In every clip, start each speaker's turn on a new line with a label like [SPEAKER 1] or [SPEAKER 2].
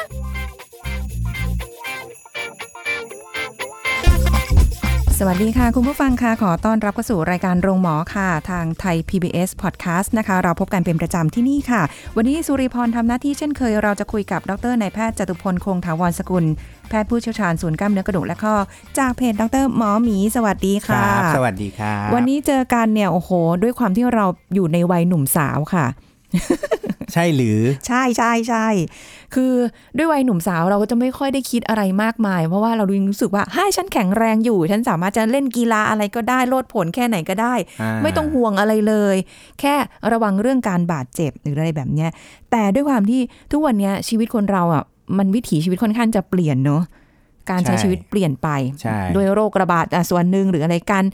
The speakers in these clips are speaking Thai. [SPEAKER 1] ล
[SPEAKER 2] สวัสดีค่ะ คุณผู้ฟังค่ะ ขอต้อนรับเข้าสู่รายการโรงหมอค่ะ ทางไทย PBS Podcast นะคะ เราพบกันเป็นประจำที่นี่ค่ะ วันนี้สุริพรทำหน้าที่เช่นเคย เราจะคุยกับดรนายแพทย์จตุพลคงถาวรสกุล แพทย์ผู้เชี่ยวชาญศูนย์กล้ามเนื้อกระดูกและข้อ จากเพจดรหมอหมีสวัสดี
[SPEAKER 3] ค
[SPEAKER 2] ค่ะ
[SPEAKER 3] รับสวัสดีครับ
[SPEAKER 2] วันนี้เจอกันเนี่ย โอ้โห ด้วยความที่เราอยู่ในวัยหนุ่มสาวค่ะ
[SPEAKER 3] ใช่หรือ
[SPEAKER 2] ใช่ใช่ใช่คือด้วยวัยหนุ่มสาวเราก็จะไม่ค่อยได้คิดอะไรมากมาย เพราะว่าเรายังรู้สึกว่าให้ยฉันแข็งแรงอยู่ ฉันสามารถจะเล่นกีฬาอะไรก็ได้โลดโผนแค่ไหนก็ได้
[SPEAKER 3] า
[SPEAKER 2] ไม่ต้องห่วงอะไรเลย แค่ระวังเรื่องการบาดเจ็บหรืออะไรแบบเนี้ย แต่ด้วยความที่ทุกวันเนี้ยชีวิตคนเราอ่ะมันวิถีชีวิตค่อนข้างจะเปลี่ยนเนาะการใช้ชีวิตเปลี่ยนไป
[SPEAKER 3] ใช่
[SPEAKER 2] ด้วยโรคระบาดอ่ะส่วนหนึ่งหรืออะไรการ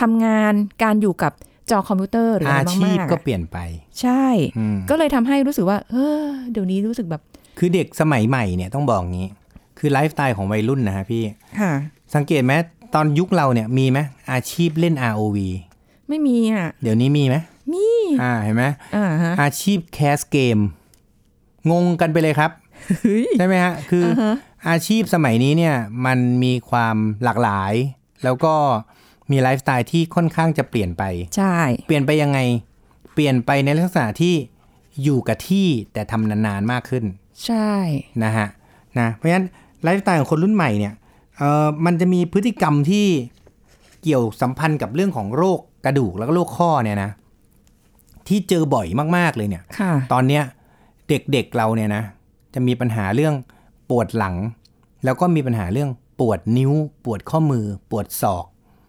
[SPEAKER 2] ทำงานการอยู่กับจอคอมพิวเตอร์หรืออะ
[SPEAKER 3] อา
[SPEAKER 2] ไร
[SPEAKER 3] ชี
[SPEAKER 2] มา
[SPEAKER 3] พ
[SPEAKER 2] กๆ
[SPEAKER 3] ก็
[SPEAKER 2] อ่ะ
[SPEAKER 3] เปลี่ยนไป
[SPEAKER 2] ใช่
[SPEAKER 3] อืม
[SPEAKER 2] ก็เลยทำให้รู้สึกว่าเออเดี๋ยวนี้รู้สึกแบบ
[SPEAKER 3] คือเด็กสมัยใหม่เนี่ยต้องบอกงี้ คือไลฟ์สไตล์ของวัยรุ่นนะฮะพี่
[SPEAKER 2] ค่ะ
[SPEAKER 3] สังเกตไหมตอนยุคเราเนี่ยมีไหมอาชีพเล่น ROV
[SPEAKER 2] ไม่มีอ่ะ
[SPEAKER 3] เดี๋ยวนี้มีไหม
[SPEAKER 2] มี
[SPEAKER 3] อ่าเห็นไหม
[SPEAKER 2] อ่าฮะ
[SPEAKER 3] อาชีพแคสเกม งงกันไปเลยครับ
[SPEAKER 2] เฮ้ย
[SPEAKER 3] ใช่ไหมฮะ คืออา
[SPEAKER 2] ฮะ
[SPEAKER 3] อาชีพสมัยนี้เนี่ยมันมีความหลากหลาย แล้วก็มีไลฟ์สไตล์ที่ค่อนข้างจะเปลี่ยนไป
[SPEAKER 2] ใช่
[SPEAKER 3] เปลี่ยนไปยังไง เปลี่ยนไปในลักษณะที่อยู่กับที่แต่ทำนานๆมากขึ้น
[SPEAKER 2] ใช่
[SPEAKER 3] นะฮะนะเพราะฉะนั้นไลฟ์สไตล์ของคนรุ่นใหม่เนี่ยเออมันจะมีพฤติกรรมที่เกี่ยวสัมพันธ์กับเรื่องของโรคกระดูกแล้วก็โรคข้อเนี่ยนะที่เจอบ่อยมากๆเลยเนี่ย
[SPEAKER 2] ค่ะ
[SPEAKER 3] ตอนเนี้ยเด็กๆเราเนี่ยนะจะมีปัญหาเรื่องปวดหลัง แล้วก็มีปัญหาเรื่องปวดนิ้ว ปวดข้อมือ ปวดศอก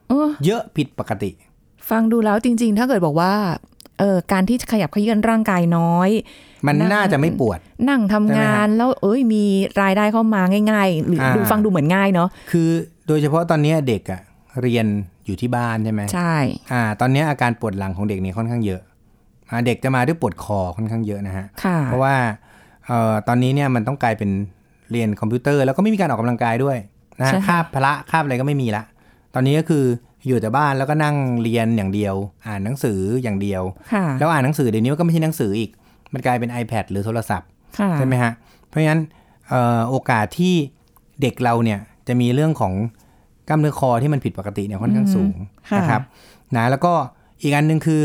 [SPEAKER 2] โอ้
[SPEAKER 3] เยอะผิดปกติ
[SPEAKER 2] ฟังดูแล้วจริง ๆ ถ้าเกิดบอกว่าเออการที่ขยับเขยื่อนร่างกายน้อย
[SPEAKER 3] มัน
[SPEAKER 2] นั่ง
[SPEAKER 3] น่าจะไม่ปวด
[SPEAKER 2] นั่งทำ
[SPEAKER 3] ใช่ไหม
[SPEAKER 2] งา
[SPEAKER 3] ฮะ
[SPEAKER 2] นแล้วเอ้ยมีรายได้เข้ามาง่าย ๆ หรืออา ดูฟังดูเหมือนง่ายเนาะ
[SPEAKER 3] คือโดยเฉพาะตอนเนี้ยเด็กอะเรียนอยู่ที่บ้านใช่ไหม
[SPEAKER 2] ใช่
[SPEAKER 3] อ่า ตอนเนี้ยอาการปวดหลังของเด็กนี่ค่อนข้างเยอะอ่าเด็กจะมาด้วยปวดคอค่อนข้างเยอะนะฮะ
[SPEAKER 2] ค่ะ
[SPEAKER 3] เพราะว่าเอ่อตอนนี้เนี่ยมันต้องกลายเป็นเรียนคอมพิวเตอร์ แล้วก็ไม่มีการออกกำลังกายด้วยนะ
[SPEAKER 2] ใช่
[SPEAKER 3] ฮะ
[SPEAKER 2] ค่ะ
[SPEAKER 3] คาบพละคาบอะไรก็ไม่มีละ ตอนนี้ก็คืออยู่แต่บ้านแล้วก็นั่งเรียนอย่างเดียว อ่านหนังสืออย่างเดียว
[SPEAKER 2] ค่ะ
[SPEAKER 3] แล้วอ่านหนังสือเดี๋ยวนี้ก็ไม่ใช่หนังสืออีก มันกลายเป็น iPad หรือโทรศัพท์
[SPEAKER 2] ค่ะ
[SPEAKER 3] ใช่ไหมฮะ เพราะฉะนั้นเอ่อโอกาสที่เด็กเราเนี่ยจะมีเรื่องของกล้ามเนื้อคอที่มันผิดปกติเนี่ยค่อนข้างสูง
[SPEAKER 2] ค่ะ
[SPEAKER 3] นะครับนะแล้วก็อีกอันหนึ่งคือ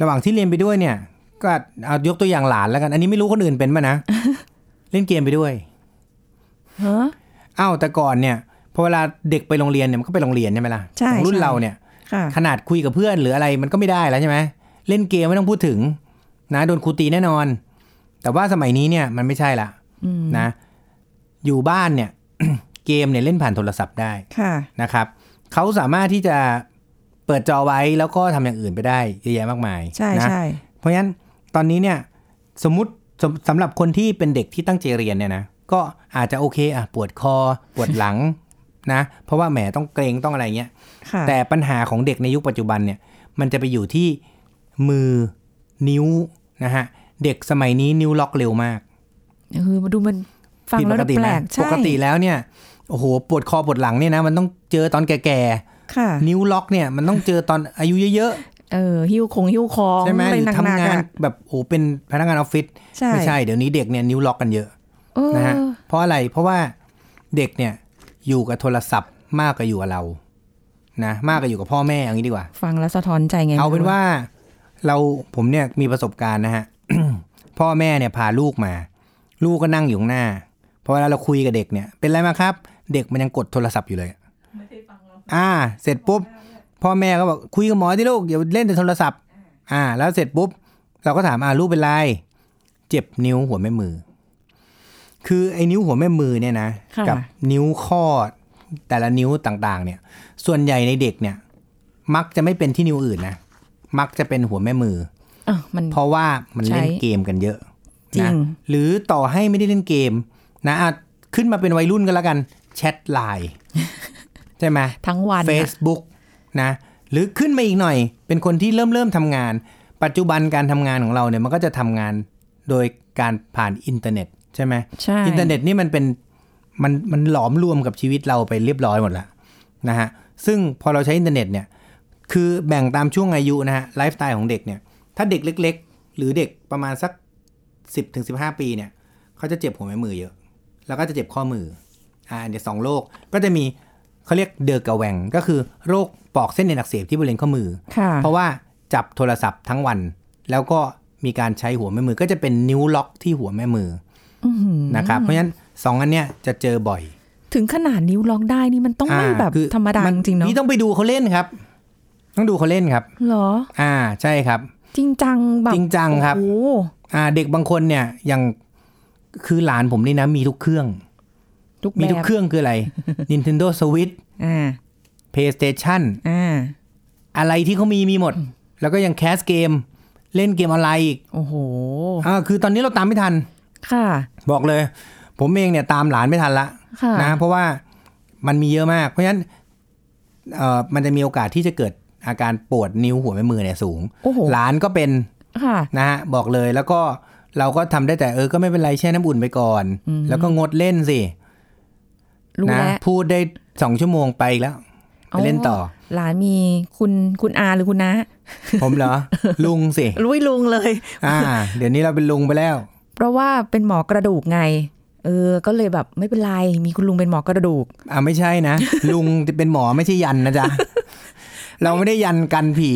[SPEAKER 3] ระหว่างที่เรียนไปด้วยเนี่ย ก็เอายกตัวอย่างหลานแล้วกัน อันนี้ไม่รู้คนอื่นเป็นป่ะ นะ เล่นเกมไปด้วย
[SPEAKER 2] ฮะ
[SPEAKER 3] อ้าวแต่ก่อนเนี่ยพอเวลาเด็กไปโรงเรียนเนี่ยมันก็ไปโรงเรียนใช่ไหมล่ะ
[SPEAKER 2] ใช่
[SPEAKER 3] ของรุ่น
[SPEAKER 2] ใช่
[SPEAKER 3] เราเนี่ย
[SPEAKER 2] ค่ะ
[SPEAKER 3] ขนาดคุยกับเพื่อนหรืออะไรมันก็ไม่ได้แล้วใช่ไหมเล่นเกมไม่ต้องพูดถึง นะโดนครูตีแน่นอน แต่ว่าสมัยนี้เนี่ยมันไม่ใช่ละ
[SPEAKER 2] อืม
[SPEAKER 3] นะ อยู่บ้านเนี่ย เกมเนี่ยเล่นผ่านโทรศัพท์ได้
[SPEAKER 2] ค่ะ
[SPEAKER 3] นะครับเขาสามารถที่จะเปิดจอไว้แล้วก็ทำอย่างอื่นไปได้เยอะแยะมากมาย
[SPEAKER 2] ใช่
[SPEAKER 3] นะ
[SPEAKER 2] ใช่
[SPEAKER 3] เพราะฉะนั้นตอนนี้เนี่ย สมมติสำสำหรับคนที่เป็นเด็กที่ตั้งใจเรียนเนี่ยนะก็อาจจะโอเคอ่ะปวดคอ ปวดหลัง นะ เพราะว่าแหมต้องเกรงต้องอะไรเงี้ย
[SPEAKER 2] ค่ะ
[SPEAKER 3] แต่ปัญหาของเด็กในยุคปัจจุบันเนี่ย มันจะไปอยู่ที่มือนิ้วนะฮะ เด็กสมัยนี้นิ้วล็อกเร็วมาก
[SPEAKER 2] เออมาดูมันฟัง
[SPEAKER 3] ผิด
[SPEAKER 2] แล้
[SPEAKER 3] ป
[SPEAKER 2] ว
[SPEAKER 3] กติ
[SPEAKER 2] แป
[SPEAKER 3] ไหม
[SPEAKER 2] ลกใช่
[SPEAKER 3] ปกติแล้วเนี่ยโอ้โหปวดคอปวดหลังเนี่ยนะ มันต้องเจอตอนแก่
[SPEAKER 2] ค่ะ
[SPEAKER 3] ๆ นิ้วล็อกเนี่ยมันต้องเจอตอนอายุเยอะ
[SPEAKER 2] เออหิ้วคงหิ้วคอ
[SPEAKER 3] ๆ
[SPEAKER 2] ง
[SPEAKER 3] ใช่ไหม
[SPEAKER 2] ป
[SPEAKER 3] หรือ
[SPEAKER 2] หก
[SPEAKER 3] ทำ
[SPEAKER 2] ๆ
[SPEAKER 3] งาน
[SPEAKER 2] อะ
[SPEAKER 3] แบบโอ้โหเป็นพนักงานออฟฟิศ
[SPEAKER 2] ใช่
[SPEAKER 3] ไม่ใช่เดี๋ยวนี้เด็กเนี่ยนิ้วล็อกกันเยอะ
[SPEAKER 2] เออ
[SPEAKER 3] นะฮะเพราะอะไรเพราะว่าเด็กเนี่ยอยู่กับโทรศัพท์มากกว่าอยู่กับเรานะมากกว่าอยู่กับพ่อแม่อย่างนี้ดีกว่า
[SPEAKER 2] ฟังแล้วสะท้อนใจไง
[SPEAKER 3] เอาเป็น
[SPEAKER 2] ไม่รู้
[SPEAKER 3] ว่าเราผมเนี่ยมีประสบการณ์นะฮ ะ พ่อแม่เนี่ยพาลูกมา ลูกก็นั่งอยู่ข้างหน้าพอเวลาเราคุยกับเด็กเนี่ย เป็นไรมาครับ เด็กมันยังกดโทรศัพท์อยู่เลยอ่า เสร็จปุ๊บ พ่อแม่ก็บอกคุยกับหมอที่ลูกอย่าเล่นแต่โทรศัพท์ อ่า แล้วเสร็จปุ๊บ เราก็ถามอ่าลูกเป็นไร เจ็บนิ้วหัวแม่มือ คือไอ้นิ้วหัวแม่มือเนี่ยนะ
[SPEAKER 2] ค่ะ
[SPEAKER 3] กันิ้วข้อแต่ละนิ้วต่างๆ เนี่ย ส่วนใหญ่ในเด็กเนี่ย มักจะไม่เป็นที่นิ้วอื่นนะมักจะเป็นหัวแม่มือ
[SPEAKER 2] อ่ะมัน
[SPEAKER 3] เพราะว่ามันเล่น
[SPEAKER 2] ใช้
[SPEAKER 3] เกมกันเยอะ
[SPEAKER 2] จริ
[SPEAKER 3] นะ
[SPEAKER 2] ง
[SPEAKER 3] หรือต่อให้ไม่ได้เล่นเกมนะอาจขึ้นมาเป็นวัยรุ่นกันแล้วกัน แชทไลน์ใช่ไหม
[SPEAKER 2] ทั้งวันน่ะ
[SPEAKER 3] Facebook นะหรือขึ้นมาอีกหน่อย เป็นคนที่เริ่มเริ่มทำงาน ปัจจุบันการทำงานของเราเนี่ยมันก็จะทำงานโดยการผ่านอินเทอร์เน็ตใช่ไหม
[SPEAKER 2] ใช่
[SPEAKER 3] อินเทอร์เน็ตนี่มันเป็นมันมันหลอมรวมกับชีวิตเราไปเรียบร้อยหมดแล้วนะฮะซึ่งพอเราใช้อินเทอร์เน็ตเนี่ยคือแบ่งตามช่วงอายุนะฮะไลฟ์สไตล์ของเด็กเนี่ยถ้าเด็กเล็ก ๆ หรือเด็กประมาณสัก 10ถึง15 ปีเนี่ยเขาจะเจ็บหัวแม่มือเยอะ แล้วก็จะเจ็บข้อมืออ่าเดี๋ยวสองโรคก็จะมีเขาเรียกเดอร์กระแหวงก็คือโรคปอกเส้นเอ็นอักเสบที่บริเวณข้อมือ
[SPEAKER 2] ค่ะ
[SPEAKER 3] เพราะว่าจับโทรศัพท์ทั้งวัน แล้วก็มีการใช้หัวแม่มือก็จะเป็นนิ้วล็อกที่หัวแม่มือ
[SPEAKER 2] อื้อหือ
[SPEAKER 3] นะครับเพราะฉะนั้นสองอันเนี้ยจะเจอบ่อย
[SPEAKER 2] ถึงขนาดนิ้วล็อกได้นี่มันต้องไม่
[SPEAKER 3] า
[SPEAKER 2] แบบ
[SPEAKER 3] คือ
[SPEAKER 2] ธรรมดานจริงๆเนาะ
[SPEAKER 3] นี่ต้องไปดูเขาเล่นครับ ต้องดูเขาเล่นครับ
[SPEAKER 2] เหรอ
[SPEAKER 3] อ่าใช่ครับ
[SPEAKER 2] จริงจังแบบ
[SPEAKER 3] จริงจังครับ
[SPEAKER 2] โอ้โห
[SPEAKER 3] อ่า เด็กบางคนเนี่ยอย่างคือหลานผมนี่นะมีทุกเครื่อง
[SPEAKER 2] ทุกแบ
[SPEAKER 3] มีทุก
[SPEAKER 2] บ
[SPEAKER 3] เครื่องคืออะไร Nintendo Switch
[SPEAKER 2] อ่า
[SPEAKER 3] PlayStation
[SPEAKER 2] อ่า
[SPEAKER 3] อะไรที่เขามีมีหมด แล้วก็ยังแคสเกม เล่นเกมออนไลน์อีก
[SPEAKER 2] โอ้โห
[SPEAKER 3] อ่าคือตอนนี้เราตามไม่ทัน
[SPEAKER 2] ค่ะ
[SPEAKER 3] บอกเลย ผมเองเนี่ยตามหลานไม่ทันละ
[SPEAKER 2] ค่ะ
[SPEAKER 3] นะเพราะว่ามันมีเยอะมากเพราะฉะนั้นเอ่อมันจะมีโอกาสที่จะเกิดอาการปวดนิ้วหัวแม่มือเนี่ยสูง
[SPEAKER 2] โอ้โห
[SPEAKER 3] หลานก็เป็น
[SPEAKER 2] ค่ะ
[SPEAKER 3] นะฮะบอกเลยแล้วก็เราก็ทำได้แต่เออก็ไม่เป็นไรแช่น้ำอุ่นไปก่อน
[SPEAKER 2] อืม
[SPEAKER 3] แล้วก็งดเล่นสิ
[SPEAKER 2] รู้
[SPEAKER 3] นะ
[SPEAKER 2] แล้ว
[SPEAKER 3] พูดได้สองชั่วโมงไปอีกแล้วไปเล่นต่อ
[SPEAKER 2] หลานมีคุณคุณอาหรือคุณน้า
[SPEAKER 3] ผมเหรอ ลุงสิ
[SPEAKER 2] รุ้ยลุงเลย
[SPEAKER 3] อ่า เดี๋ยวนี้เราเป็นลุงไปแล้ว
[SPEAKER 2] เพราะว่าเป็นหมอกระดูกไง เออ ก็เลยแบบไม่เป็นไร มีคุณลุงเป็นหมอกระดูก
[SPEAKER 3] อ่าไม่ใช่นะ ลุงจะเป็นหมอไม่ใช่ยันนะ จ๊ะ เราไม่ได้ยันกันผี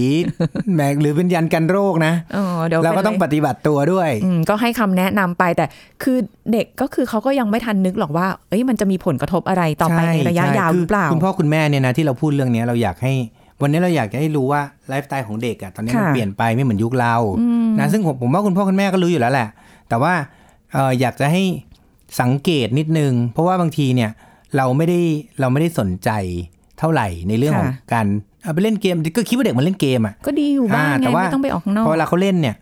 [SPEAKER 3] แหมหรือเป็นยันกันโรคนะ
[SPEAKER 2] อ๋อ เดี๋ยว
[SPEAKER 3] เราก็ต้อง
[SPEAKER 2] ไป
[SPEAKER 3] ป
[SPEAKER 2] ลย
[SPEAKER 3] ฏิบัติตัวด้วย
[SPEAKER 2] อืมก็ให้คำแนะนำไปแต่คือเด็กก็คือเขาก็ยังไม่ทันนึกหรอกว่า เอ้ย มันจะมีผลกระทบอะไรต่อไป
[SPEAKER 3] ช่
[SPEAKER 2] ในระยะ
[SPEAKER 3] ช่
[SPEAKER 2] ยาวหรือเปล่า
[SPEAKER 3] คืคุณพ่อคุณแม่เนี่ยนะที่เราพูดเรื่องเนี้ยเราอยากให้ วันนี้เราอยากจะให้รู้ว่าไลฟ์สไตล์ของเด็กอะตอนนี้มัน
[SPEAKER 2] ค่ะ
[SPEAKER 3] เปลี่ยนไปไม่เหมือนยุคเรานะซึ่งผมผมว่าคุณพ่อคุณแม่ก็รู้อยู่แล้วแหละ แต่ว่าเอ่ออยากจะให้สังเกตนิดนึง เพราะว่าบางทีเนี่ยเราไม่ได้เราไม่ได้สนใจเท่าไหร่ในเรื่องของการเอาไปเล่นเกมก็คิดว่าเด็กมันเล่นเกมอะ
[SPEAKER 2] ก็ดีอยู่บ้าง
[SPEAKER 3] อ่า
[SPEAKER 2] ไง
[SPEAKER 3] แต่ว่า
[SPEAKER 2] ไม่ต้องไปออกข้างนอก
[SPEAKER 3] เพราะเวลาเขาเล่นเนี่ย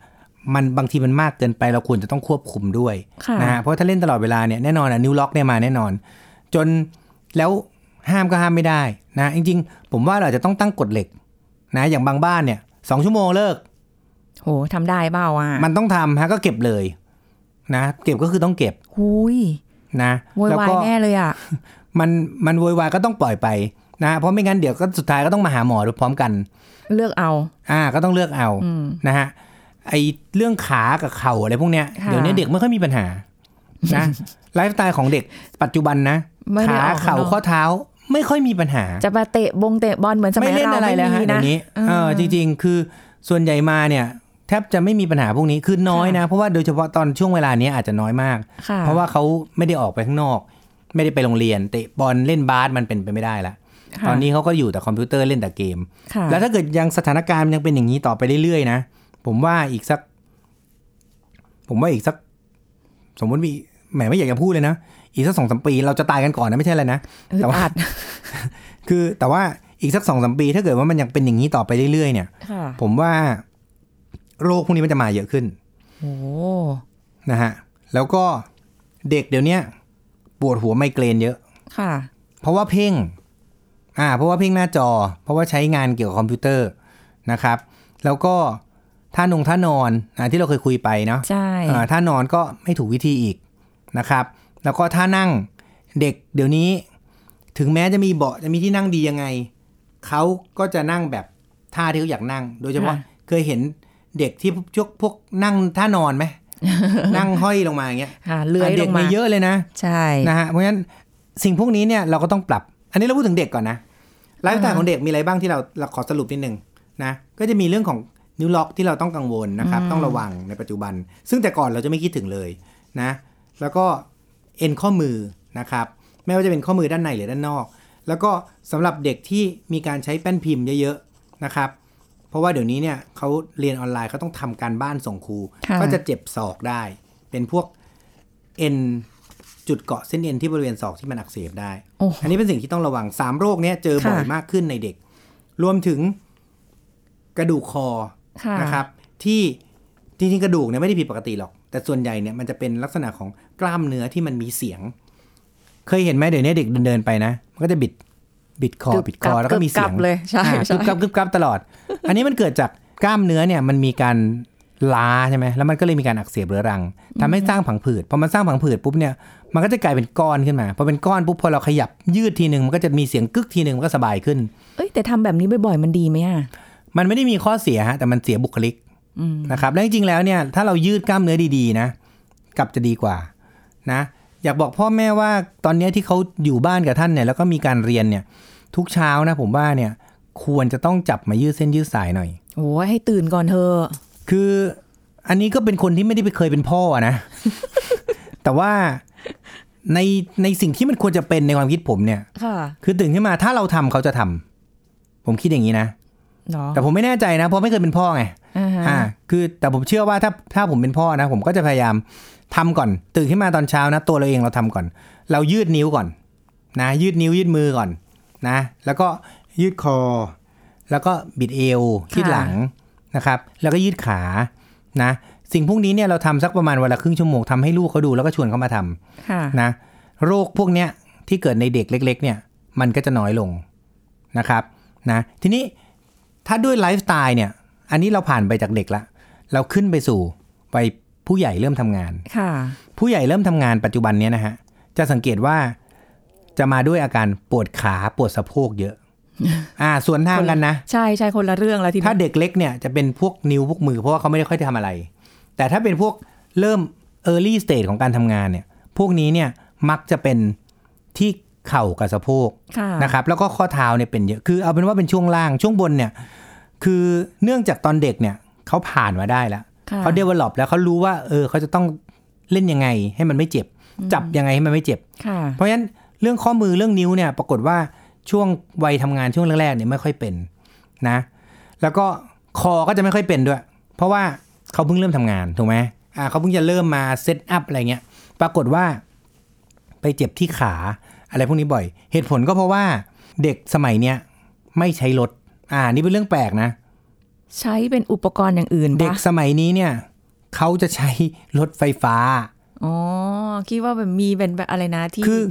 [SPEAKER 3] มันบางทีมันมากเกินไปเราควรจะต้องควบคุมด้วย
[SPEAKER 2] ค่ะ
[SPEAKER 3] นะฮะเพราะถ้าเล่นตลอดเวลาเนี่ยแน่นอนอะนิ้วล็อกเนี่ยมาแน่นอน จนแล้วห้ามก็ห้ามไม่ได้นะจริงๆ ผมว่าเราอาจจะต้องตั้งกฎเหล็กนะอย่างบางบ้านเนี่ยสองชั่วโมงเลิก
[SPEAKER 2] โหทำได้เปล่าอ่ะ
[SPEAKER 3] มันต้องทำฮะก็เก็บเลยนะเก็บก็คือต้องเก็บ
[SPEAKER 2] หุย
[SPEAKER 3] นะ
[SPEAKER 2] โวยวาย
[SPEAKER 3] ก็
[SPEAKER 2] แน่เลยอ่ะ
[SPEAKER 3] มันมันโวยวายก็ต้องปล่อยไปนะเพราะไม่งั้นเดี๋ยวก็สุดท้ายก็ต้องมาหาหมอพร้อมกัน
[SPEAKER 2] เลือกเอา
[SPEAKER 3] อ่าก็ต้องเลือกเอา
[SPEAKER 2] อืม
[SPEAKER 3] นะฮะไอเรื่องขากับเข่าอะไรพวกเนี้ย
[SPEAKER 2] ค่ะ
[SPEAKER 3] เดี๋ยวนี้เด็กไม่ค่อยมีปัญหานะ ไลฟ์สไตล์ของเด็กปัจจุบันนะ
[SPEAKER 2] ไม่ได้
[SPEAKER 3] ขา
[SPEAKER 2] ออก
[SPEAKER 3] เข่า
[SPEAKER 2] ข้างนอก
[SPEAKER 3] ข้อเท้าไม่ค่อยมีปัญหา
[SPEAKER 2] จะมาเตะบงเตะบอลเหมือนสมัย
[SPEAKER 3] เล่น
[SPEAKER 2] เรา
[SPEAKER 3] อะไรแล้วฮะ
[SPEAKER 2] มี
[SPEAKER 3] เดี๋
[SPEAKER 2] นะ
[SPEAKER 3] ยวนี้
[SPEAKER 2] เออ
[SPEAKER 3] เออจริง ๆ คือส่วนใหญ่มาเนี่ย แทบจะไม่มีปัญหาพวกนี้คือน้อย
[SPEAKER 2] ค่ะ
[SPEAKER 3] นะ เพราะว่าโดยเฉพาะตอนช่วงเวลานี้อาจจะน้อยมาก
[SPEAKER 2] ค่ะ
[SPEAKER 3] เพราะว่าเขาไม่ได้ออกไปข้างนอก ไม่ได้ไปโรงเรียนเตะบอลเล่นบาสมันเป็นไปไม่ได้ละ
[SPEAKER 2] ค่ะ
[SPEAKER 3] ตอนนี้เขาก็อยู่แต่คอมพิวเตอร์เล่นแต่เกม
[SPEAKER 2] ค่ะ
[SPEAKER 3] แล้วถ้าเกิดยังสถานการณ์มันยังเป็นอย่างนี้ต่อไปเรื่อยๆนะ ผมว่าอีกสัก ผมว่าอีกสัก สมมติมีแหมไม่อยากจะพูดเลยนะ อีกสักสองสามปีเราจะตายกันก่อนนะไม่ใช่อะไรนะ
[SPEAKER 2] อึด
[SPEAKER 3] แต่ว่า
[SPEAKER 2] อัด
[SPEAKER 3] คือ แต่ว่าอีกสักสองสามปี ถ้าเกิดว่ามันยังเป็นอย่างนี้ต่อไปเรื่อยๆเนี่ย
[SPEAKER 2] ค่ะ
[SPEAKER 3] ผมว่าโรคพวกนี้มันจะมาเยอะขึ้น
[SPEAKER 2] โอ้
[SPEAKER 3] นะฮะแล้วก็เด็กเดี๋ยวเนี้ยปวดหัวไมเกรนเยอะ
[SPEAKER 2] ค่ะ
[SPEAKER 3] เพราะว่าเพ่ง อ่า เพราะว่าเพ่งหน้าจอ เพราะว่าใช้งานเกี่ยวกับคอมพิวเตอร์นะครับ แล้วก็ท่านงท่านอนอ่าที่เราเคยคุยไปเนาะ
[SPEAKER 2] ใช่
[SPEAKER 3] อ่าท่านอนก็ไม่ถูกวิธีอีกนะครับ แล้วก็ท่านั่งเด็กเดี๋ยวนี้ ถึงแม้จะมีเบาะจะมีที่นั่งดียังไง เขาก็จะนั่งแบบท่าที่เขาอยากนั่ง โดยเฉพาะ
[SPEAKER 2] ค่ะ
[SPEAKER 3] เคยเห็นเด็กที่พวกพวกนั่งท่านอนไหม นั่งห้อยลงมาอย่างเงี้ย
[SPEAKER 2] ค่ะเลื้อย
[SPEAKER 3] ะ
[SPEAKER 2] ล
[SPEAKER 3] เด็ก
[SPEAKER 2] งมา
[SPEAKER 3] เยอะเลยนะ
[SPEAKER 2] ใช่
[SPEAKER 3] นะฮะเพราะฉะนั้นสิ่งพวกนี้เนี่ยเราก็ต้องปรับ อันนี้เราพูดถึงเด็กก่อนนะไลฟ์สไตล์ของเด็กมีอะไรบ้างที่เราเราขอสรุปนิดหนึ่งนะก็จะมีเรื่องของนิ้วล็อกที่เราต้องกังวลนะครับ ต้องระวังในปัจจุบัน ซึ่งแต่ก่อนเราจะไม่คิดถึงเลยนะแล้วก็เอ็นข้อมือนะครับไม่ว่าจะเป็นข้อมือด้านในหรือด้านนอก แล้วก็สำหรับเด็กที่มีการใช้แป้นพิมพ์เยอะๆนะครับ เพราะว่าเดี๋ยวนี้เนี่ยเขาเรียนออนไลน์เขาต้องทำการบ้านส่งครู
[SPEAKER 2] ค่ะ
[SPEAKER 3] ก็จะเจ็บศอกได้ เป็นพวกเอ็นจุดเกาะเส้นเอ็นที่บริเวณศอกที่มันอักเสบได้
[SPEAKER 2] โอ้โห
[SPEAKER 3] อันนี้เป็นสิ่งที่ต้องระวัง 3 โรคเนี้ยเจอบ่อย
[SPEAKER 2] ค่ะ
[SPEAKER 3] มากขึ้นในเด็ก รวมถึงกระดูกคอ
[SPEAKER 2] ค่ะ
[SPEAKER 3] นะครับ ที่จริงๆกระดูกเนี่ยไม่ได้ผิดปกติหรอก แต่ส่วนใหญ่เนี่ยมันจะเป็นลักษณะของกล้ามเนื้อที่มันมีเสียง เคยเห็นไหมเดี๋ยวนี้เด็กเดินๆไปนะ มันก็จะบิดบิดคอบิดคอแล้วก็มีเสียง
[SPEAKER 2] บเลยใช่
[SPEAKER 3] อ่ะกึ
[SPEAKER 2] ใช่
[SPEAKER 3] บกับกึบกับตลอด อันนี้มันเกิดจากกล้ามเนื้อเนี่ยมันมีการล้าใช่ไหมแล้วมันก็เลยมีการอักเสบเรื้อรังทำให้สร้างผังผืดพอมันสร้างผังผืดปุ๊บเนี่ยมันก็จะกลายเป็นก้อนขึ้นมาพอเป็นก้อนปุ๊บพอเราขยับยืดทีหนึ่งมันก็จะมีเสียงกึกทีหนึ่งมันก็สบายขึ้น
[SPEAKER 2] เอ้ยแต่ทำแบบนี้บ่อยๆมันดีไหมอ่ะ
[SPEAKER 3] มันไม่ได้มีข้อเสียฮะแต่มันเสียบุคลิก
[SPEAKER 2] อืม
[SPEAKER 3] นะครับและจริงๆแล้วเนี่ยถ้าเรายืดกล้ามเนื้อดีๆนะ กลับจะดีกว่านะ อยากบอกพ่อแม่ว่าตอนเนี้ยที่เขาอยู่บ้านกับท่านเนี่ยแล้วก็มีการเรียนเนี่ยทุกเช้านะผมว่าเนี่ยควรจะต้องจับมายืดเส้นยืดสายหน่อย
[SPEAKER 2] โอ้ยให้ตื่นก่อนเธอะ
[SPEAKER 3] คืออันนี้ก็เป็นคนที่ไม่ได้ไปเคยเป็นพ่ออะนะ แต่ว่าในในสิ่งที่มันควรจะเป็นในความคิดผมเนี่ย
[SPEAKER 2] ค่ะ
[SPEAKER 3] คือตื่นขึ้นมาถ้าเราทำเขาจะทำผมคิดอย่างนี้นะ
[SPEAKER 2] เนาะ
[SPEAKER 3] แต่ผมไม่แน่ใจนะเพราะไม่เคยเป็นพ่อไง
[SPEAKER 2] อ่าฮะ
[SPEAKER 3] อ่าคือแต่ผมเชื่อว่าถ้าถ้าผมเป็นพ่อนะ ผมก็จะพยายามทำก่อน ตื่นขึ้นมาตอนเช้านะ ตัวเราเองเราทำก่อน เรายืดนิ้วก่อน นะ ยืดนิ้วยืดมือก่อนนะ แล้วก็ยืดคอ แล้วก็บิดเอวยืดหลังนะครับ แล้วก็ยืดขานะ สิ่งพวกนี้เนี่ยเราทำสักประมาณวันละครึ่งชั่วโมงทำให้ลูกเขาดูแล้วก็ชวนเขามาทำ
[SPEAKER 2] ค่ะ
[SPEAKER 3] นะ โรคพวกเนี้ยที่เกิดในเด็กเล็ก ๆ เนี่ย มันก็จะน้อยลงนะครับนะทีนี้ถ้าด้วยไลฟ์สไตล์เนี่ย อันนี้เราผ่านไปจากเด็กละ เราขึ้นไปสู่ไปผู้ใหญ่เริ่มทำงาน
[SPEAKER 2] ค่ะ
[SPEAKER 3] ผู้ใหญ่เริ่มทำงานปัจจุบันเนี้ยนะฮะ จะสังเกตว่าจะมาด้วยอาการปวดขาปวดสะโพกเยอะ อ่าสวนทางกันนะ
[SPEAKER 2] ใช่ใช่คนละเรื่องแล้วทีนี้
[SPEAKER 3] ถ้าเด็กเล็กเนี่ยจะเป็นพวกนิ้วพวกมือ เพราะว่าเขาไม่ได้ค่อยทำอะไร แต่ถ้าเป็นพวกเริ่ม early stage ของการทำงานเนี่ย พวกนี้เนี่ยมักจะเป็นที่เข่ากับสะโพก
[SPEAKER 2] ค่ะ
[SPEAKER 3] นะครับแล้วก็ข้อเท้าเนี่ยเป็นเยอะคือเอาเป็นว่าเป็นช่วงล่างช่วงบนเนี่ยคือเนื่องจากตอนเด็กเนี่ยเขาผ่านมาได้แล้ว
[SPEAKER 2] ค่ะ
[SPEAKER 3] เขาเดเวลลอปแล้วเขารู้ว่าเออเขาจะต้องเล่นยังไงให้มันไม่เจ็บ จับยังไงให้มันไม่เจ็บ
[SPEAKER 2] ค่ะ
[SPEAKER 3] เพราะฉะนั้นเรื่องข้อมือเรื่องนิ้วเนี่ยปรากฏว่าช่วงวัยทำงานช่วงแรกๆเนี่ยไม่ค่อยเป็นนะแล้วก็คอก็จะไม่ค่อยเป็นด้วย เพราะว่าเขาเพิ่งเริ่มทำงานถูกไหมอ่าเขาเพิ่งจะเริ่มมาเซตอัพอะไรเงี้ยปรากฏว่าไปเจ็บที่ขาอะไรพวกนี้บ่อย เหตุผลก็เพราะว่าเด็กสมัยเนี้ยไม่ใช้รถอ่านี่เป็นเรื่องแปลกนะ
[SPEAKER 2] ใช้เป็นอุปกรณ์อย่างอื่นปะ
[SPEAKER 3] เด็กสมัยนี้เนี่ยเขาจะใช้รถไฟฟ้า
[SPEAKER 2] อ๋อคิดว่าแบบมีเป็นแบบอะไรนะที่
[SPEAKER 3] คือ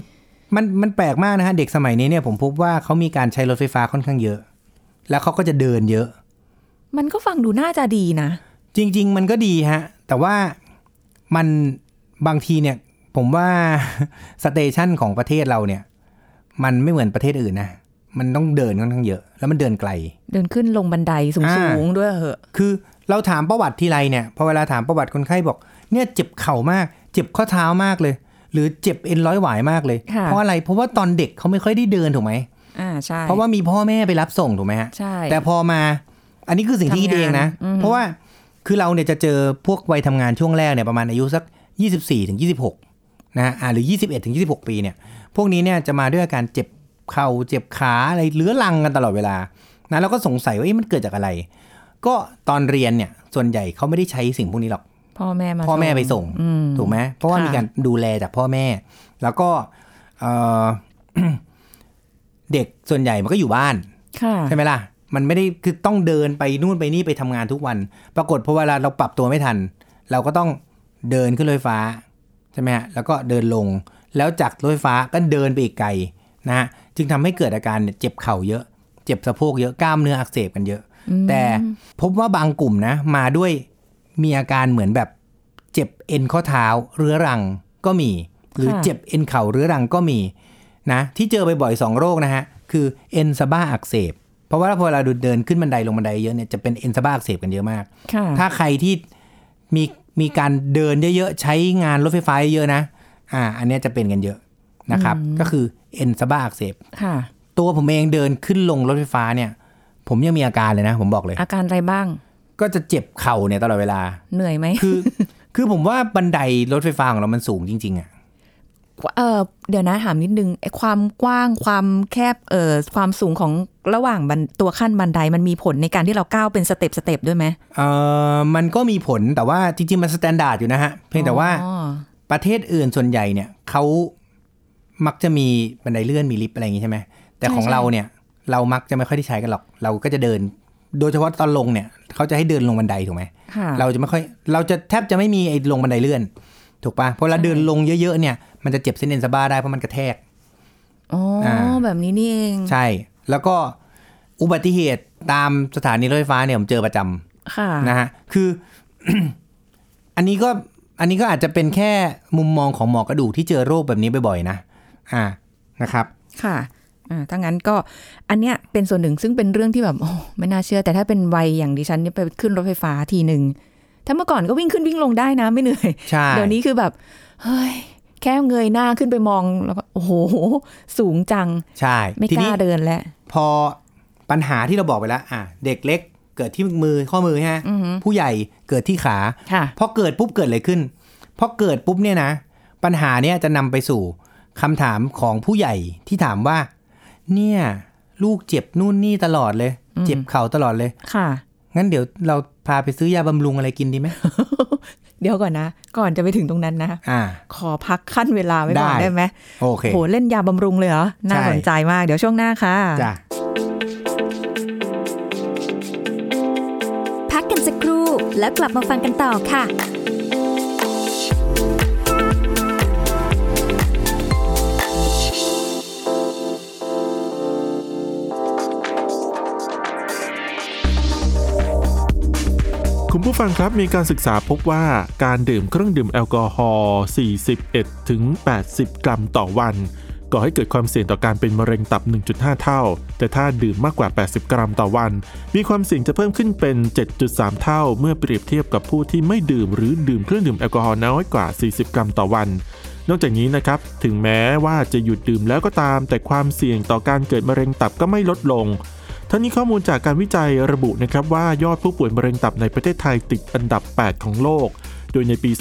[SPEAKER 3] มันมันแปลกมากนะฮะเด็กสมัยนี้เนี่ยผมพบว่าเขามีการใช้รถไฟฟ้าค่อนข้างเยอะ แล้วเขาก็จะเดินเยอะ
[SPEAKER 2] มันก็ฟังดูน่าจะดีนะ
[SPEAKER 3] จริง ๆ มันก็ดีฮะ แต่ว่ามันบางทีเนี่ยผมว่า สเตชันของประเทศเราเนี่ย มันไม่เหมือนประเทศอื่นนะ มันต้องเดินค่อนข้างเยอะ แล้วมันเดินไกล
[SPEAKER 2] เดินขึ้นลงบันไดสูง
[SPEAKER 3] อ่า
[SPEAKER 2] สูงด้วยเหอะ
[SPEAKER 3] คือเราถามประวัติทีไรเนี่ยพอเวลาถามประวัติคนไข้บอก เนี่ยเจ็บเข่ามาก เจ็บข้อเท้ามากเลย หรือเจ็บเอ็นร้อยหวายมากเลย
[SPEAKER 2] ค่ะ
[SPEAKER 3] เพราะอะไรเพราะว่าตอนเด็กเขาไม่ค่อยได้เดินถูกไหม
[SPEAKER 2] อ่าใช่
[SPEAKER 3] เพราะว่ามีพ่อแม่ไปรับส่งถูกไหมฮะ
[SPEAKER 2] ใช่
[SPEAKER 3] แต่พอมา อันนี้คือสิ่งที่คิดเองนะ
[SPEAKER 2] ทำงานอืม
[SPEAKER 3] เพราะว่าคือเราเนี่ยจะเจอพวกวัยทำงานช่วงแรกเนี่ยประมาณอายุสัก 24ถึง26นะฮะอ่าหรือ 21ถึง26 ปีเนี่ย พวกนี้เนี่ยจะมาด้วยอาการเจ็บเข่าเจ็บขาอะไรเรื้อรังกันตลอดเวลานะเราก็สงสัยว่าเอ๊ะมันเกิดจากอะไร ก็ตอนเรียนเนี่ยส่วนใหญ่เขาไม่ได้ใช้สิ่งพวกนี้หรอก
[SPEAKER 2] พ่อแม่มา
[SPEAKER 3] พ่อแม่ไปส่ง
[SPEAKER 2] อืม
[SPEAKER 3] ถูกไหมเพราะว่า
[SPEAKER 2] ค่ะ
[SPEAKER 3] มีการดูแลจากพ่อแม่ แล้วก็เอ่อ เด็กส่วนใหญ่มันก็อยู่บ้าน
[SPEAKER 2] ค่ะ
[SPEAKER 3] ใช่ไหมล่ะ มันไม่ได้คือต้องเดินไปนู่นไปนี่ไปทำงานทุกวัน ปรากฏพอเวลาเราปรับตัวไม่ทัน เราก็ต้องเดินขึ้นรถไฟฟ้าใช่ไหมฮะ แล้วก็เดินลง แล้วจากรถไฟฟ้าก็เดินไปอีกไกลนะฮะ จึงทำให้เกิดอาการเนี่ยเจ็บเข่าเยอะ เจ็บสะโพกเยอะ กล้ามเนื้ออักเสบกันเยอะ
[SPEAKER 2] อืม
[SPEAKER 3] แต่พบว่าบางกลุ่มนะ มาด้วยมีอาการเหมือนแบบเจ็บเอ็นข้อเท้าเรื้อรังก็มี หรือเจ็บเอ็นเข่าเรื้อรังก็มีนะที่เจอบ่อยๆสองโรคนะฮะ คือเอ็นซาบ้าอักเสบ เพราะว่าพอเราเดินขึ้นบันไดลงบันไดเยอะเนี่ยจะเป็นเอ็นซาบ้าอักเสบกันเยอะมาก
[SPEAKER 2] ค่ะ
[SPEAKER 3] ถ้าใครที่มีมีการเดินเยอะๆ ใช้งานรถไฟฟ้าเยอะๆนะ อ่า อันเนี้ยจะเป็นกันเยอะนะครับ ก็คือเอ็นซาบ้าอักเสบ
[SPEAKER 2] ค่ะ
[SPEAKER 3] ตัวผมเองเดินขึ้นลงรถไฟฟ้าเนี่ย ผมยังมีอาการเลยนะ ผมบอกเลย
[SPEAKER 2] อาการอะไรบ้าง
[SPEAKER 3] ก็จะเจ็บเข่าเนี่ยตลอดเวลา
[SPEAKER 2] เหนื่อย ไหม
[SPEAKER 3] คือ คือผมว่าบันไดรถไฟฟ้าของเรามันสูงจริงๆอะ
[SPEAKER 2] เออเดี๋ยวนะถามนิดนึงไอ้ความกว้างความแคบเออความสูงของระหว่างบันตัวขั้นบันไดมันมีผลในการที่เราก้าวเป็นสเต็ปสเต็ปด้วยไหม
[SPEAKER 3] เอ่อมันก็มีผลแต่ว่าจริงๆ มันสแตนดาร์ดอยู่นะฮะ เพียงแต่ว่า
[SPEAKER 2] อ๋อ
[SPEAKER 3] ประเทศอื่นส่วนใหญ่เนี่ยเขามักจะมีบันไดเลื่อนมีลิฟต์อะไรอย่างงี้ใช่ไหม แต่ของเราเนี่ย เรามักจะไม่ค่อยได้ใช้กันหรอก เราก็จะเดิน โดยเฉพาะตอนลงเนี่ยเขาจะให้เดินลงบันไดถูกไหม
[SPEAKER 2] ค่ะ
[SPEAKER 3] เราจะไม่ค่อย เราจะแทบจะไม่มีไอ้ลงบันไดเลื่อน ถูกปะพอเรา
[SPEAKER 2] ใช่
[SPEAKER 3] เดินลงเยอะๆเนี่ย มันจะเจ็บเส้นเอ็นสะบ้าได้เพราะมันกระแทก
[SPEAKER 2] อ๋ออา แบบนี้นี่เอง
[SPEAKER 3] ใช่ แล้วก็อุบัติเหตุตามสถานีรถไฟฟ้าเนี่ยผมเจอประจำ
[SPEAKER 2] ค่ะ
[SPEAKER 3] นะฮะ คือ อันนี้ก็ อันนี้ก็อาจจะเป็นแค่มุมมองของหมอกระดูกที่เจอโรคแบบนี้บ่อยๆนะ อ่า นะครับ
[SPEAKER 2] ค่ะอ่าถ้างั้นก็อันเนี้ยเป็นส่วนหนึ่งซึ่งเป็นเรื่องที่แบบโอ้ไม่น่าเชื่อ แต่ถ้าเป็นวัยอย่างดิฉันเนี่ยไปขึ้นรถไฟฟ้าทีหนึ่งถ้าเมื่อก่อนก็วิ่งขึ้นวิ่งลงได้นะไม่เหนื่อย
[SPEAKER 3] ใช่
[SPEAKER 2] เดี๋ยวนี้คือแบบ เฮ้ย แค่เงยหน้าขึ้นไปมองแล้วก็โอ้โห สูงจัง
[SPEAKER 3] ใช่
[SPEAKER 2] ไม่
[SPEAKER 3] ที
[SPEAKER 2] กล้า
[SPEAKER 3] นี้
[SPEAKER 2] เดินแล้ว
[SPEAKER 3] พอปัญหาที่เราบอกไปแล้ว อ่ะ เด็กเล็ก เกิดที่มือข้อมือฮะ
[SPEAKER 2] อือหือ
[SPEAKER 3] ผู้ใหญ่เกิดที่ขา
[SPEAKER 2] ค่ะ
[SPEAKER 3] พอเกิดปุ๊บเกิดอะไรขึ้น พอเกิดปุ๊บเนี่ยนะ ปัญหาเนี่ยจะนำไปสู่คำถามของผู้ใหญ่ที่ถามว่า เนี่ย ลูกเจ็บนู่นนี่ตลอดเลย
[SPEAKER 2] อืม
[SPEAKER 3] เจ็บเข่าตลอดเลย
[SPEAKER 2] ค่ะ
[SPEAKER 3] งั้นเดี๋ยวเราพาไปซื้อยาบำรุงอะไรกินดีไหม
[SPEAKER 2] เดี๋ยวก่อนนะ ก่อนจะไปถึงตรงนั้นนะ
[SPEAKER 3] อ่า
[SPEAKER 2] ขอพักขั้นเวลาไว้ก่อน
[SPEAKER 3] ได้
[SPEAKER 2] ได้ไหม
[SPEAKER 3] โอเค
[SPEAKER 2] โหเล่นยาบำรุงเลยเหรอ น่า
[SPEAKER 3] ใช่
[SPEAKER 2] สนใจมาก เดี๋ยวช่วงหน้าค่ะ
[SPEAKER 3] จ้ะ
[SPEAKER 1] พักกันสักครู่แล้วกลับมาฟังกันต่อค่ะ
[SPEAKER 4] คุณผู้ฟังครับมีการศึกษาพบว่าการดื่มเครื่องดื่มแอลกอฮอล์ 41 ถึง 80 กรัมต่อวัน ก่อให้เกิดความเสี่ยงต่อการเป็นมะเร็งตับ 1.5 เท่า แต่ถ้าดื่มมากกว่า 80 กรัมต่อวัน มีความเสี่ยงจะเพิ่มขึ้นเป็น 7.3 เท่า เมื่อเปรียบเทียบกับผู้ที่ไม่ดื่มหรือดื่มเครื่องดื่มแอลกอฮอล์น้อยกว่า 40 กรัมต่อวัน นอกจากนี้นะครับ ถึงแม้ว่าจะหยุดดื่มแล้วก็ตาม แต่ความเสี่ยงต่อการเกิดมะเร็งตับก็ไม่ลดลง ทั้งนี้ข้อมูลจากการวิจัยระบุนะครับว่ายอดผู้ป่วยมะเร็งตับในประเทศไทยติดอันดับ 8 ของโลก โดยในปี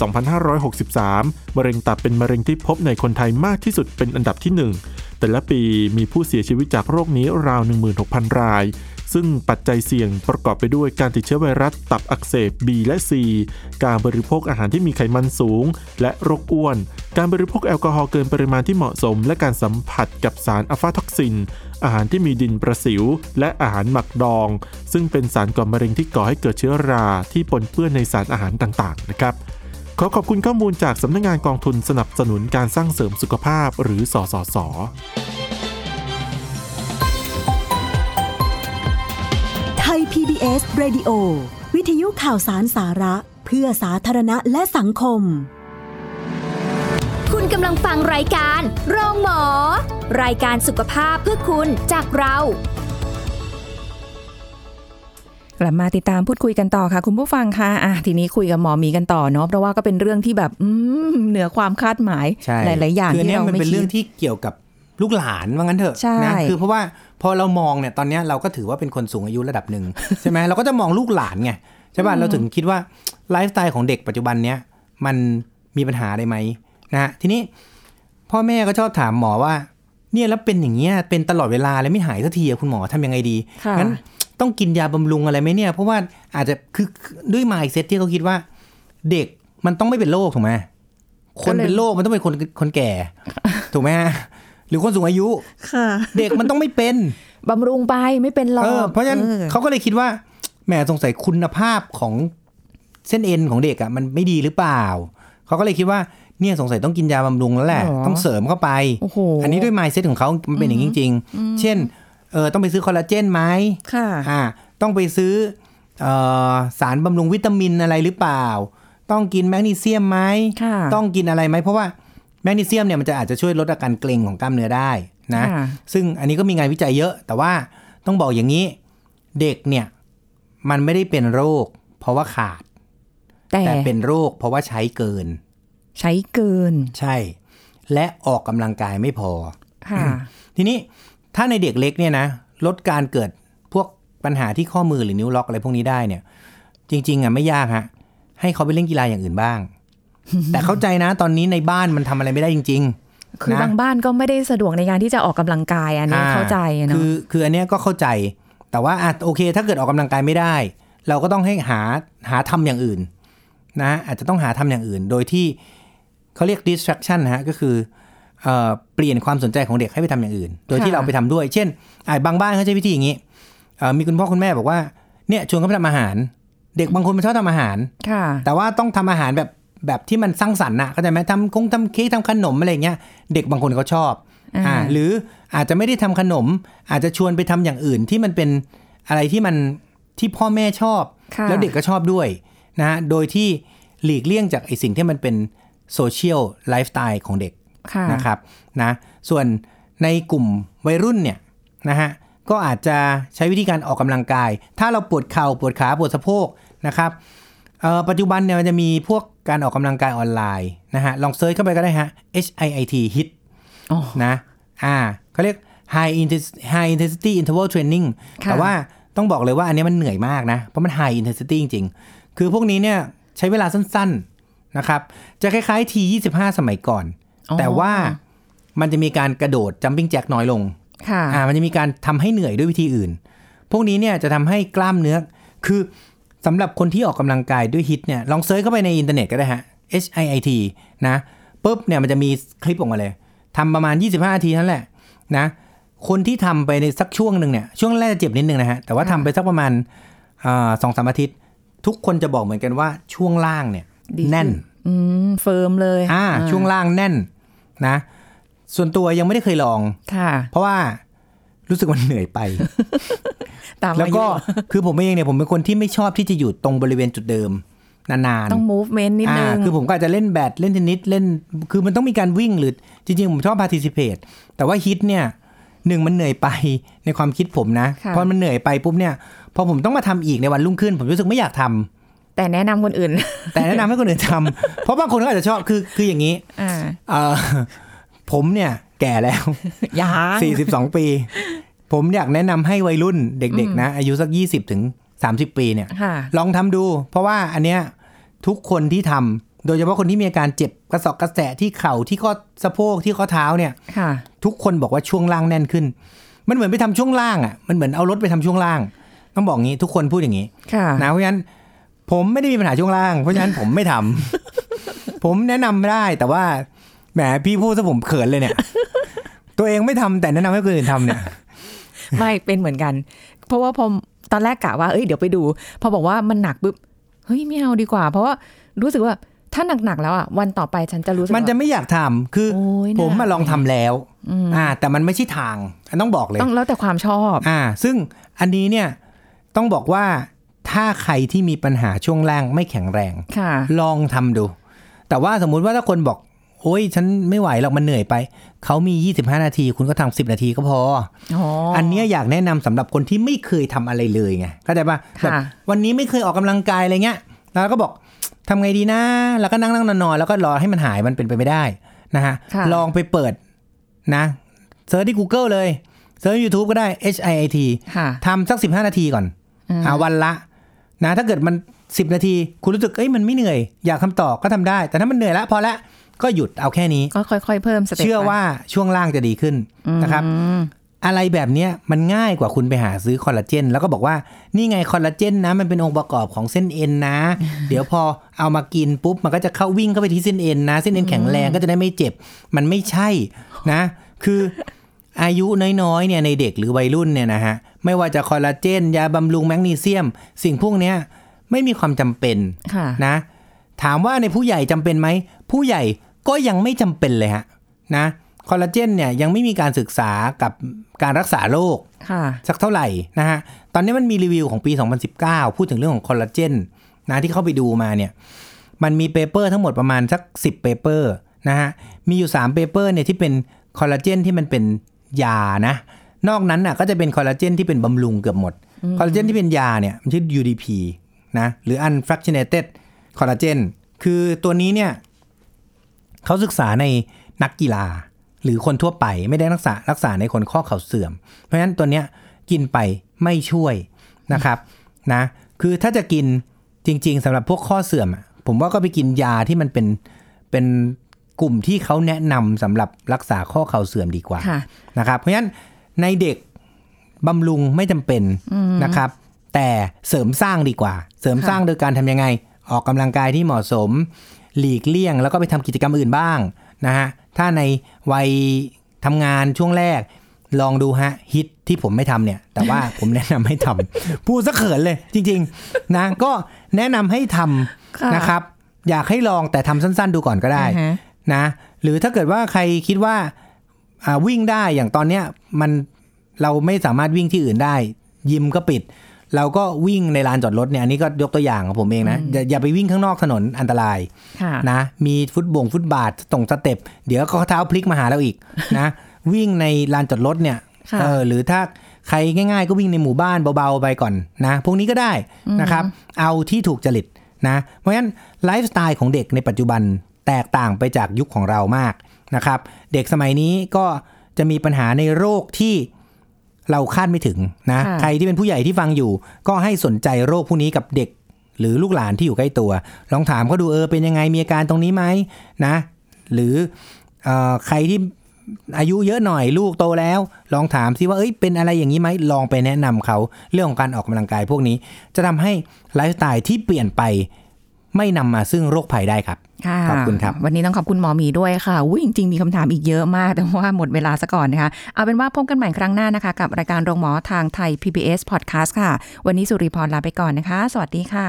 [SPEAKER 4] 2563 มะเร็งตับเป็นมะเร็งที่พบในคนไทยมากที่สุดเป็นอันดับที่ 1 แต่ละปีมีผู้เสียชีวิตจากโรคนี้ราว 16,000 ราย ซึ่งปัจจัยเสี่ยงประกอบไปด้วยการติดเชื้อไวรัสตับอักเสบ B และ C การบริโภคอาหารที่มีไขมันสูง และโรคอ้วน การบริโภคแอลกอฮอล์เกินปริมาณที่เหมาะสม และการสัมผัสกับสารอะฟาท็อกซิน อาหารที่มีดินประสิว และอาหารหมักดอง ซึ่งเป็นสารก่อมะเร็งที่ก่อให้เกิดเชื้อราที่ปนเปื้อนในสารอาหารต่างๆ นะครับ ขอขอบคุณข้อมูลจากสำนักงานกองทุนสนับสนุนการสร้างเสริมสุขภาพหรือสสส
[SPEAKER 5] ไทย PBS Radio วิทยุข่าวสารสาระ เพื่อสาธารณะและสังคม
[SPEAKER 1] คุณกำลังฟังรายการโรงหมอ รายการสุขภาพเพื่อคุณจากเรา
[SPEAKER 2] กลับมาติดตามพูดคุยกันต่อค่ะ คุณผู้ฟังค่ะอ่ะทีนี้คุยกับหมอหมีกันต่อเนาะเพราะว่าก็เป็นเรื่องที่แบบอืมเหนือความคาดหมาย
[SPEAKER 3] ใช่
[SPEAKER 2] หลาย ๆ อย่าง
[SPEAKER 3] คืน
[SPEAKER 2] ที่
[SPEAKER 3] นี้
[SPEAKER 2] เรา
[SPEAKER 3] มัน
[SPEAKER 2] ไม่
[SPEAKER 3] เป็น
[SPEAKER 2] คิ
[SPEAKER 3] เรื่
[SPEAKER 2] ด
[SPEAKER 3] องที่เกี่ยวกับลูกหลานว่างั้นเถอะ
[SPEAKER 2] ใช่
[SPEAKER 3] นะคือเพราะว่าพอเรามองเนี่ยตอนเนี้ยเราก็ถือว่าเป็นคนสูงอายุระดับหนึ่ง ใช่ไหมเราก็จะมองลูกหลานไงใช่ป่ะเราถึงคิดว่าไลฟ์สไตล์ของเด็กปัจจุบันเนี้ยมันมีปัญหาอะไรไหมนะฮะทีนี้พ่อแม่ก็ชอบถามหมอว่า เนี่ยแล้วเป็นอย่างเงี้ยเป็นตลอดเวลาเลยไม่หายสักทีอะคุณหมอทำยังไงดี
[SPEAKER 2] ค่ะ
[SPEAKER 3] งั้นต้องกินยาบำรุงอะไรไหมเนี่ย เพราะว่าอาจจะคือคือด้วย mindset ที่เขาคิดว่า เด็กมันต้องไม่เป็นโรคถูกไหมคนเป็นโรคมันต้องเป็นคนคน แก่ ถูกไหมฮะหรือคนสูงอายุ
[SPEAKER 2] ค่ะ
[SPEAKER 3] เด็กมันต้องไม่ เป็น
[SPEAKER 2] บำรุงไปไม่เป็นหรอก
[SPEAKER 3] เออ เพราะฉะนั้น
[SPEAKER 2] ออ
[SPEAKER 3] เขาก็เลยคิดว่าแหมสงสัยคุณภาพของเส้นเอ็นของเด็กอะ่ะมันไม่ดีหรือเปล่า เขาก็เลยคิดว่าเนี่ยสงสัยต้องกินยาบำรุงแล้วแหละ ต้องเสริมเข้าไป
[SPEAKER 2] โอ้โห
[SPEAKER 3] อันนี้ด้วย mindset ของเขามันเป็นอย่างนี้จริง ๆ เช่นเออต้องไปซื้อคอลลาเจนไหม
[SPEAKER 2] ค่ะ
[SPEAKER 3] อ่าต้องไปซื้อเออสารบำรุงวิตามินอะไรหรือเปล่า ต้องกินแมกนีเซียมไหม
[SPEAKER 2] ค่ะ
[SPEAKER 3] ต้องกินอะไรไหมเพราะว่าแมกนีเซียมเนี่ยมันจะอาจจะช่วยลดอาการเกร็งของกล้ามเนื้อได้นะ
[SPEAKER 2] ค่ะ
[SPEAKER 3] ซึ่งอันนี้ก็มีงานวิจัยเยอะ แต่ว่าต้องบอกอย่างนี้เด็กเนี่ยมันไม่ได้เป็นโรค เพราะว่าขาด
[SPEAKER 2] แต่
[SPEAKER 3] แต่เป็นโรค เพราะว่าใช้เกิน
[SPEAKER 2] ใช้เกิน
[SPEAKER 3] ใช่ และออกกำลังกายไม่พอ
[SPEAKER 2] ค่ะ
[SPEAKER 3] ทีนี้ถ้าในเด็กเล็กเนี่ยนะลดการเกิดพวกปัญหาที่ข้อมือหรือนิ้วล็อกอะไรพวกนี้ได้เนี่ย จริง ๆอ่ะไม่ยากฮะให้เขาไปเล่นกีฬาอย่างอื่นบ้าง แต่เข้าใจนะ ตอนนี้ในบ้านมันทำอะไรไม่ได้จริง ๆ
[SPEAKER 2] คือ
[SPEAKER 3] นะ
[SPEAKER 2] บางบ้านก็ไม่ได้สะดวกในการที่จะออกกำลังกายอันนี้
[SPEAKER 3] อ่
[SPEAKER 2] เข้าใจอะเนาะ
[SPEAKER 3] คือคืออันเนี้ยก็เข้าใจ แต่ว่าอ่ะโอเค ถ้าเกิดออกกำลังกายไม่ได้ เราก็ต้องให้หาหาทำอย่างอื่น นะอาจจะต้องหาทำอย่างอื่น โดยที่เขาเรียก distraction นะฮะก็คือเอ่อเปลี่ยนความสนใจของเด็กให้ไปทำอย่างอื่น โดยที่เราไปทำด้วย เช่นอ่ะบางบ้านเขาใช้วิธีอย่างนี้เอ่อมีคุณพ่อคุณแม่บอกว่าเนี่ยชวนเขาไปทำอาหาร เด็กบางคนมันชอบทำอาหาร
[SPEAKER 2] ค่ะ
[SPEAKER 3] แต่ว่าต้องทำอาหารแบบ แบบที่มันสร้างสรรค์นะเข้าใจไหมทำคงทำเค้กทำขนมอะไรเงี้ยเด็กบางคนเขาชอบ
[SPEAKER 2] อ่า
[SPEAKER 3] อ่าหรืออาจจะไม่ได้ทำขนม อาจจะชวนไปทำอย่างอื่นที่มันเป็นอะไรที่มันที่พ่อแม่ชอบ
[SPEAKER 2] ค่ะ
[SPEAKER 3] แล้วเด็กก็ชอบด้วยนะฮะโดยที่หลีกเลี่ยงจากไอสิ่งที่มันเป็นโซเชียลไลฟ์สไตล์ของเด็ก
[SPEAKER 2] ค่ะ
[SPEAKER 3] นะครับนะส่วนในกลุ่มวัยรุ่นเนี่ยนะฮะก็อาจจะใช้วิธีการออกกำลังกาย ถ้าเราปวดเข่าปวดขาปวดสะโพกนะครับเอ่อปัจจุบันเนี่ยมันจะมีพวกการออกกำลังกายออนไลน์นะฮะลองเซิร์ชเข้าไปก็ได้ฮะ HIIT HIT
[SPEAKER 2] อ๋อ
[SPEAKER 3] นะอ่าเขาเรียก high intensity high intensity interval training
[SPEAKER 2] ค่ะ
[SPEAKER 3] แต่ว่าต้องบอกเลยว่าอันเนี้ยมันเหนื่อยมากนะ เพราะมัน high intensity จริงๆ คือพวกนี้เนี่ยใช้เวลาสั้นๆนะครับ จะคล้ายๆ T 25สมัยก่อน แต่ว่ามันจะมีการกระโดด jumping jack น้อยลง
[SPEAKER 2] ค่ะ
[SPEAKER 3] อ่ามันจะมีการทำให้เหนื่อยด้วยวิธีอื่น พวกนี้เนี่ยจะทำให้กล้ามเนื้อ คือสำหรับคนที่ออกกำลังกายด้วยฮิตเนี่ย ลองเซิร์ชเข้าไปในอินเทอร์เน็ตก็ได้ฮะ HIIT นะปุ๊บเนี่ยมันจะมีคลิปออกมาเลยทำประมาณ 25นาทีนั่นแหละนะ คนที่ทำไปในสักช่วงหนึ่งเนี่ย ช่วงแรกจะเจ็บนิดนึงนะฮะ แต่ว่าทำไปสักประมาณสองสามอาทิตย์ ทุกคนจะบอกเหมือนกันว่าช่วงล่างเนี่ย
[SPEAKER 2] ดีขึ้
[SPEAKER 3] แน่น
[SPEAKER 2] อืมเฟิร์มเลย
[SPEAKER 3] อ่า ช่วงล่างแน่นนะ ส่วนตัวยังไม่ได้เคยลอง
[SPEAKER 2] ค่ะ
[SPEAKER 3] เพราะว่ารู้สึกมันเหนื่อยไป
[SPEAKER 2] ตาม
[SPEAKER 3] แล้วก็
[SPEAKER 2] อายุ
[SPEAKER 3] คือผมเองเนี่ยผมเป็นคนที่ไม่ชอบที่จะอยู่ตรงบริเวณจุดเดิม นานๆ
[SPEAKER 2] ต้อง movement นิดนึง
[SPEAKER 3] อ่าคือผมก็อาจจะเล่นแบดเล่นเทนนิสเล่น คือมันต้องมีการวิ่งหรือจริงๆ ผมชอบ participate แต่ว่าฮิตเนี่ยหนึ่งมันเหนื่อยไปในความคิดผมนะ
[SPEAKER 2] ค่ะ
[SPEAKER 3] พอมันเหนื่อยไปปุ๊บเนี่ยพอผมต้องมาทำอีกในวันรุ่งขึ้น ผมรู้สึกไม่อยากทำ
[SPEAKER 2] แต่แนะนำคนอื่น
[SPEAKER 3] แต่แนะนำให้คนอื่นทำ เพราะบางคนก็อาจจะชอบคือคืออย่างนี้
[SPEAKER 2] อ่า
[SPEAKER 3] เอ่อผมเนี่ยแก่แล้ว
[SPEAKER 2] ยา
[SPEAKER 3] สี่สิบสองปี ผมอยากแนะนำให้วัยรุ่นเด็กๆนะ อายุสักยี่สิบถึงสามสิบปีเนี่ย
[SPEAKER 2] ค่ะ
[SPEAKER 3] ลองทำดู เพราะว่าอันเนี้ยทุกคนที่ทำโดยเฉพาะคนที่มีอาการเจ็บกระสอบกระแสะที่เข่าที่ข้อสะโพกที่ข้อเท้าเนี่ย
[SPEAKER 2] ค่ะ
[SPEAKER 3] ทุกคนบอกว่าช่วงล่างแน่นขึ้น มันเหมือนไปทำช่วงล่างอ่ะมันเหมือนเอารถไปทำช่วงล่าง ต้องบอกงี้ทุกคนพูดอย่างนี้
[SPEAKER 2] ค่ะ
[SPEAKER 3] นะเพราะฉะนั้นผมไม่ได้มีปัญหาช่วงล่าง เพราะฉะนั้นผมไม่ทำ ผมแนะนำ ไม่ได้แต่ว่าแหมพี่พูดซะผมเขินเลยเนี่ย ตัวเองไม่ทำแต่แนะนำให้คนอื่นทำ เนี่ย
[SPEAKER 2] ไม่เป็นเหมือนกัน เพราะว่าพอตอนแรกกะว่าเอ้ยเดี๋ยวไปดู พอบอกว่ามันหนักปุ๊บเฮ้ยไม่เอาดีกว่า เพราะว่ารู้สึกว่าถ้าหนักๆแล้วอ่ะวันต่อไปฉันจะรู้สึก
[SPEAKER 3] มันจะ
[SPEAKER 2] ว่า
[SPEAKER 3] ไม่อยากทำคือ
[SPEAKER 2] โอ้ยน่า
[SPEAKER 3] ผมมาลองทำแล้วอ่า แต่มันไม่ใช่ทางอันต้องบอกเลย
[SPEAKER 2] ต้องแล้วแต่ความชอบ
[SPEAKER 3] อ่า ซึ่งอันนี้เนี่ยต้องบอกว่าถ้าใครที่มีปัญหาช่วงล่างไม่แข็งแรง
[SPEAKER 2] ค่ะ
[SPEAKER 3] ลองทำดู แต่ว่าสมมุติว่าถ้าคนบอก โอ้ย ฉันไม่ไหวหรอกมันเหนื่อยไป เขามี 25 นาที คุณก็ทำ10 นาทีก็พอ
[SPEAKER 2] อ๋อ
[SPEAKER 3] อั
[SPEAKER 2] อั
[SPEAKER 3] นเนี้ยอยากแนะนำสำหรับคนที่ไม่เคยทำอะไรเลยไงเข้าใจปะ
[SPEAKER 2] ค่ะ
[SPEAKER 3] แบบวันนี้ไม่เคยออกกำลังกายอะไรเงี้ยแล้วก็บอกทำไงดีนะ แล้วก็นั่งนั่งนอนนอนแล้วก็รอให้มันหายมันเป็นไปไม่ได้นะฮะ
[SPEAKER 2] ค่ะ
[SPEAKER 3] ลองไปเปิดนะเซิร์ชที่ Google เลยเซิร์ช YouTube ก็ได้ HIIT
[SPEAKER 2] ค่ะ
[SPEAKER 3] ทำสัก 15 นาทีก่อน
[SPEAKER 2] อืม
[SPEAKER 3] อ่าวันละนะถ้าเกิดมัน 10 นาที คุณรู้สึกเอ้ยมันไม่เหนื่อย อยากทำต่อก็ทำได้ แต่ถ้ามันเหนื่อยแล้วพอละก็หยุดเอาแค่นี้
[SPEAKER 2] ก็ค่อยๆเพิ่มสเต็ป
[SPEAKER 3] เชื่อ
[SPEAKER 2] ไป
[SPEAKER 3] ว่าช่วงล่างจะดีขึ้นนะครับ
[SPEAKER 2] อืม
[SPEAKER 3] อะไรแบบเนี้ยมันง่ายกว่าคุณไปหาซื้อคอลลาเจนแล้วก็บอกว่านี่ไงคอลลาเจนนะ มันเป็นองค์ประกอบของเส้นเอ็นนะ เดี๋ยวพอเอามากินปุ๊บ มันก็จะเข้าวิ่งเข้าไปที่เส้นเอ็นนะ เส้นเอ็นแข็งแรงก็จะได้ไม่เจ็บ มันไม่ใช่นะ คืออายุน้อยๆเนี่ยในเด็กหรือวัยรุ่นเนี่ยนะฮะไม่ว่าจะคอลลาเจน ยาบำรุงแมกนีเซียม สิ่งพวกเนี้ยไม่มีความจำเป็น
[SPEAKER 2] ค่ะ
[SPEAKER 3] นะ ถามว่าในผู้ใหญ่จำเป็นไหม ผู้ใหญ่ก็ยังไม่จำเป็นเลยฮะนะคอลลาเจนเนี่ยยังไม่มีการศึกษากับการรักษาโรค
[SPEAKER 2] ค่ะ
[SPEAKER 3] สักเท่าไหร่นะฮะตอนนี้มันมีรีวิวของปี 2019 พูดถึงเรื่องของคอลลาเจนนะที่เข้าไปดูมาเนี่ยมันมีเปเปอร์ทั้งหมดประมาณสัก 10เปเปอร์นะฮะมีอยู่3เปเปอร์เนี่ยที่เป็นคอลลาเจนที่มันเป็นยานะนอกนั้นน่ะก็จะเป็นคอลลาเจนที่เป็นบำรุงเกือบหมดคอลลาเจนที่เป็นยาเนี่ยมันชื่อ UDP นะหรือ unfractionated คอลลาเจนคือตัวนี้เนี่ยเขาศึกษาในนักกีฬา หรือคนทั่วไปไม่ได้รักษารักษาในคนข้อเข่าเสื่อม เพราะฉะนั้นตัวเนี้ยกินไปไม่ช่วยนะครับนะคือถ้าจะกินจริง ๆสำหรับพวกข้อเสื่อมอะผมว่าก็ไปกินยาที่มันเป็นเป็นกลุ่มที่เขาแนะนำสำหรับรักษาข้อเข่าเสื่อมดีกว่า
[SPEAKER 2] ค่ะ
[SPEAKER 3] นะครับเพราะฉะนั้นในเด็กบำรุงไม่จำเป็นนะครับ แต่เสริมสร้างดีกว่า เสริมสร้างโดยการทำยังไง ออกกำลังกายที่เหมาะสม หลีกเลี่ยง แล้วก็ไปทำกิจกรรมอื่นบ้างนะฮะถ้าในวัยทำงานช่วงแรก ลองดูฮะฮิตที่ผมไม่ทำเนี่ย แต่ว่า ผมแนะนำให้ท ำพูดซะเขินเลยจริง ๆ นะก็แนะนำให้ทำ
[SPEAKER 2] ค่ะ
[SPEAKER 3] นะครับ อยากให้ลองแต่ทำสั้น ๆ ดูก่อนก็ได้
[SPEAKER 2] อ่าฮะ
[SPEAKER 3] นะหรือถ้าเกิดว่าใครคิดว่าอ่าวิ่งได้อย่างตอนเนี้ยมันเราไม่สามารถวิ่งที่อื่นได้ ยิมก็ปิด เราก็วิ่งในลานจอดรถเนี่ยอันนี้ก็ยกตัวอย่างของผมเองนะอย่าอย่าไปวิ่งข้างนอกถนนอันตราย
[SPEAKER 2] ค่ะ
[SPEAKER 3] นะมีฟุตบงฟุตบาทตรงสเต็ปเดี๋ยวก็เท้าพลิกมาหาเราอีก นะวิ่งในลานจอดรถเนี่ย
[SPEAKER 2] ค่ะ
[SPEAKER 3] เออหรือถ้าใครง่าย ๆ ก็วิ่งในหมู่บ้านเบาๆไปก่อนนะพวกนี้ก็ได้นะครับ เอาที่ถูกจริตนะเพราะฉะนั้นไลฟ์สไตล์ของเด็กในปัจจุบันแตกต่างไปจากยุคของเรามากนะครับ เด็กสมัยนี้ก็จะมีปัญหาในโรคที่เราคาดไม่ถึงนะ
[SPEAKER 2] ค่ะ
[SPEAKER 3] ใครที่เป็นผู้ใหญ่ที่ฟังอยู่ ก็ให้สนใจโรคพวกนี้กับเด็ก หรือลูกหลานที่อยู่ใกล้ตัว ลองถามเขาดูเออเป็นยังไงมีอาการตรงนี้ไหมนะ หรือเออใครที่อายุเยอะหน่อยลูกโตแล้ว ลองถามซิว่าเอ้ยเป็นอะไรอย่างนี้ไหมลองไปแนะนำเขาเรื่องของการออกกำลังกายพวกนี้ จะทำให้ไลฟ์สไตล์ที่เปลี่ยนไปไม่นำมาซึ่งโรคภัยได้ครับ
[SPEAKER 2] ค่ะ
[SPEAKER 3] ขอบคุณครับ
[SPEAKER 2] วันนี้ต้องขอบคุณหมอหมีด้วยค่ะอุ้ยจริงๆมีคำถามอีกเยอะมาก แต่ว่าหมดเวลาซะก่อนนะคะ เอาเป็นว่าพบกันใหม่ครั้งหน้านะคะ กับรายการโรงหมอทางไทย PBS Podcast ค่ะ วันนี้สุริพรลาไปก่อนนะคะ สวัสดีค่ะ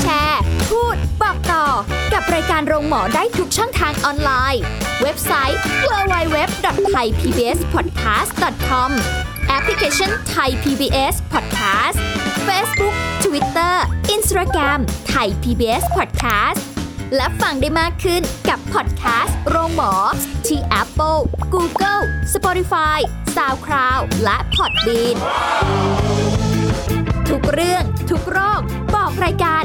[SPEAKER 1] แชร์ พูด บอกต่อ กับรายการโรงหมอได้ทุกช่องทางออนไลน์ เว็บไซต์ www.thaipbspodcast.com แอปพลิเคชัน Thai PBS Podcast Facebook Twitter Instagram Thai PBS Podcast และฟังได้มากขึ้นกับพอดแคสต์โรงหมอ ที่ Apple, Google, Spotify, SoundCloud และ Podbean ทุกเรื่องทุกโรค บอกรายการ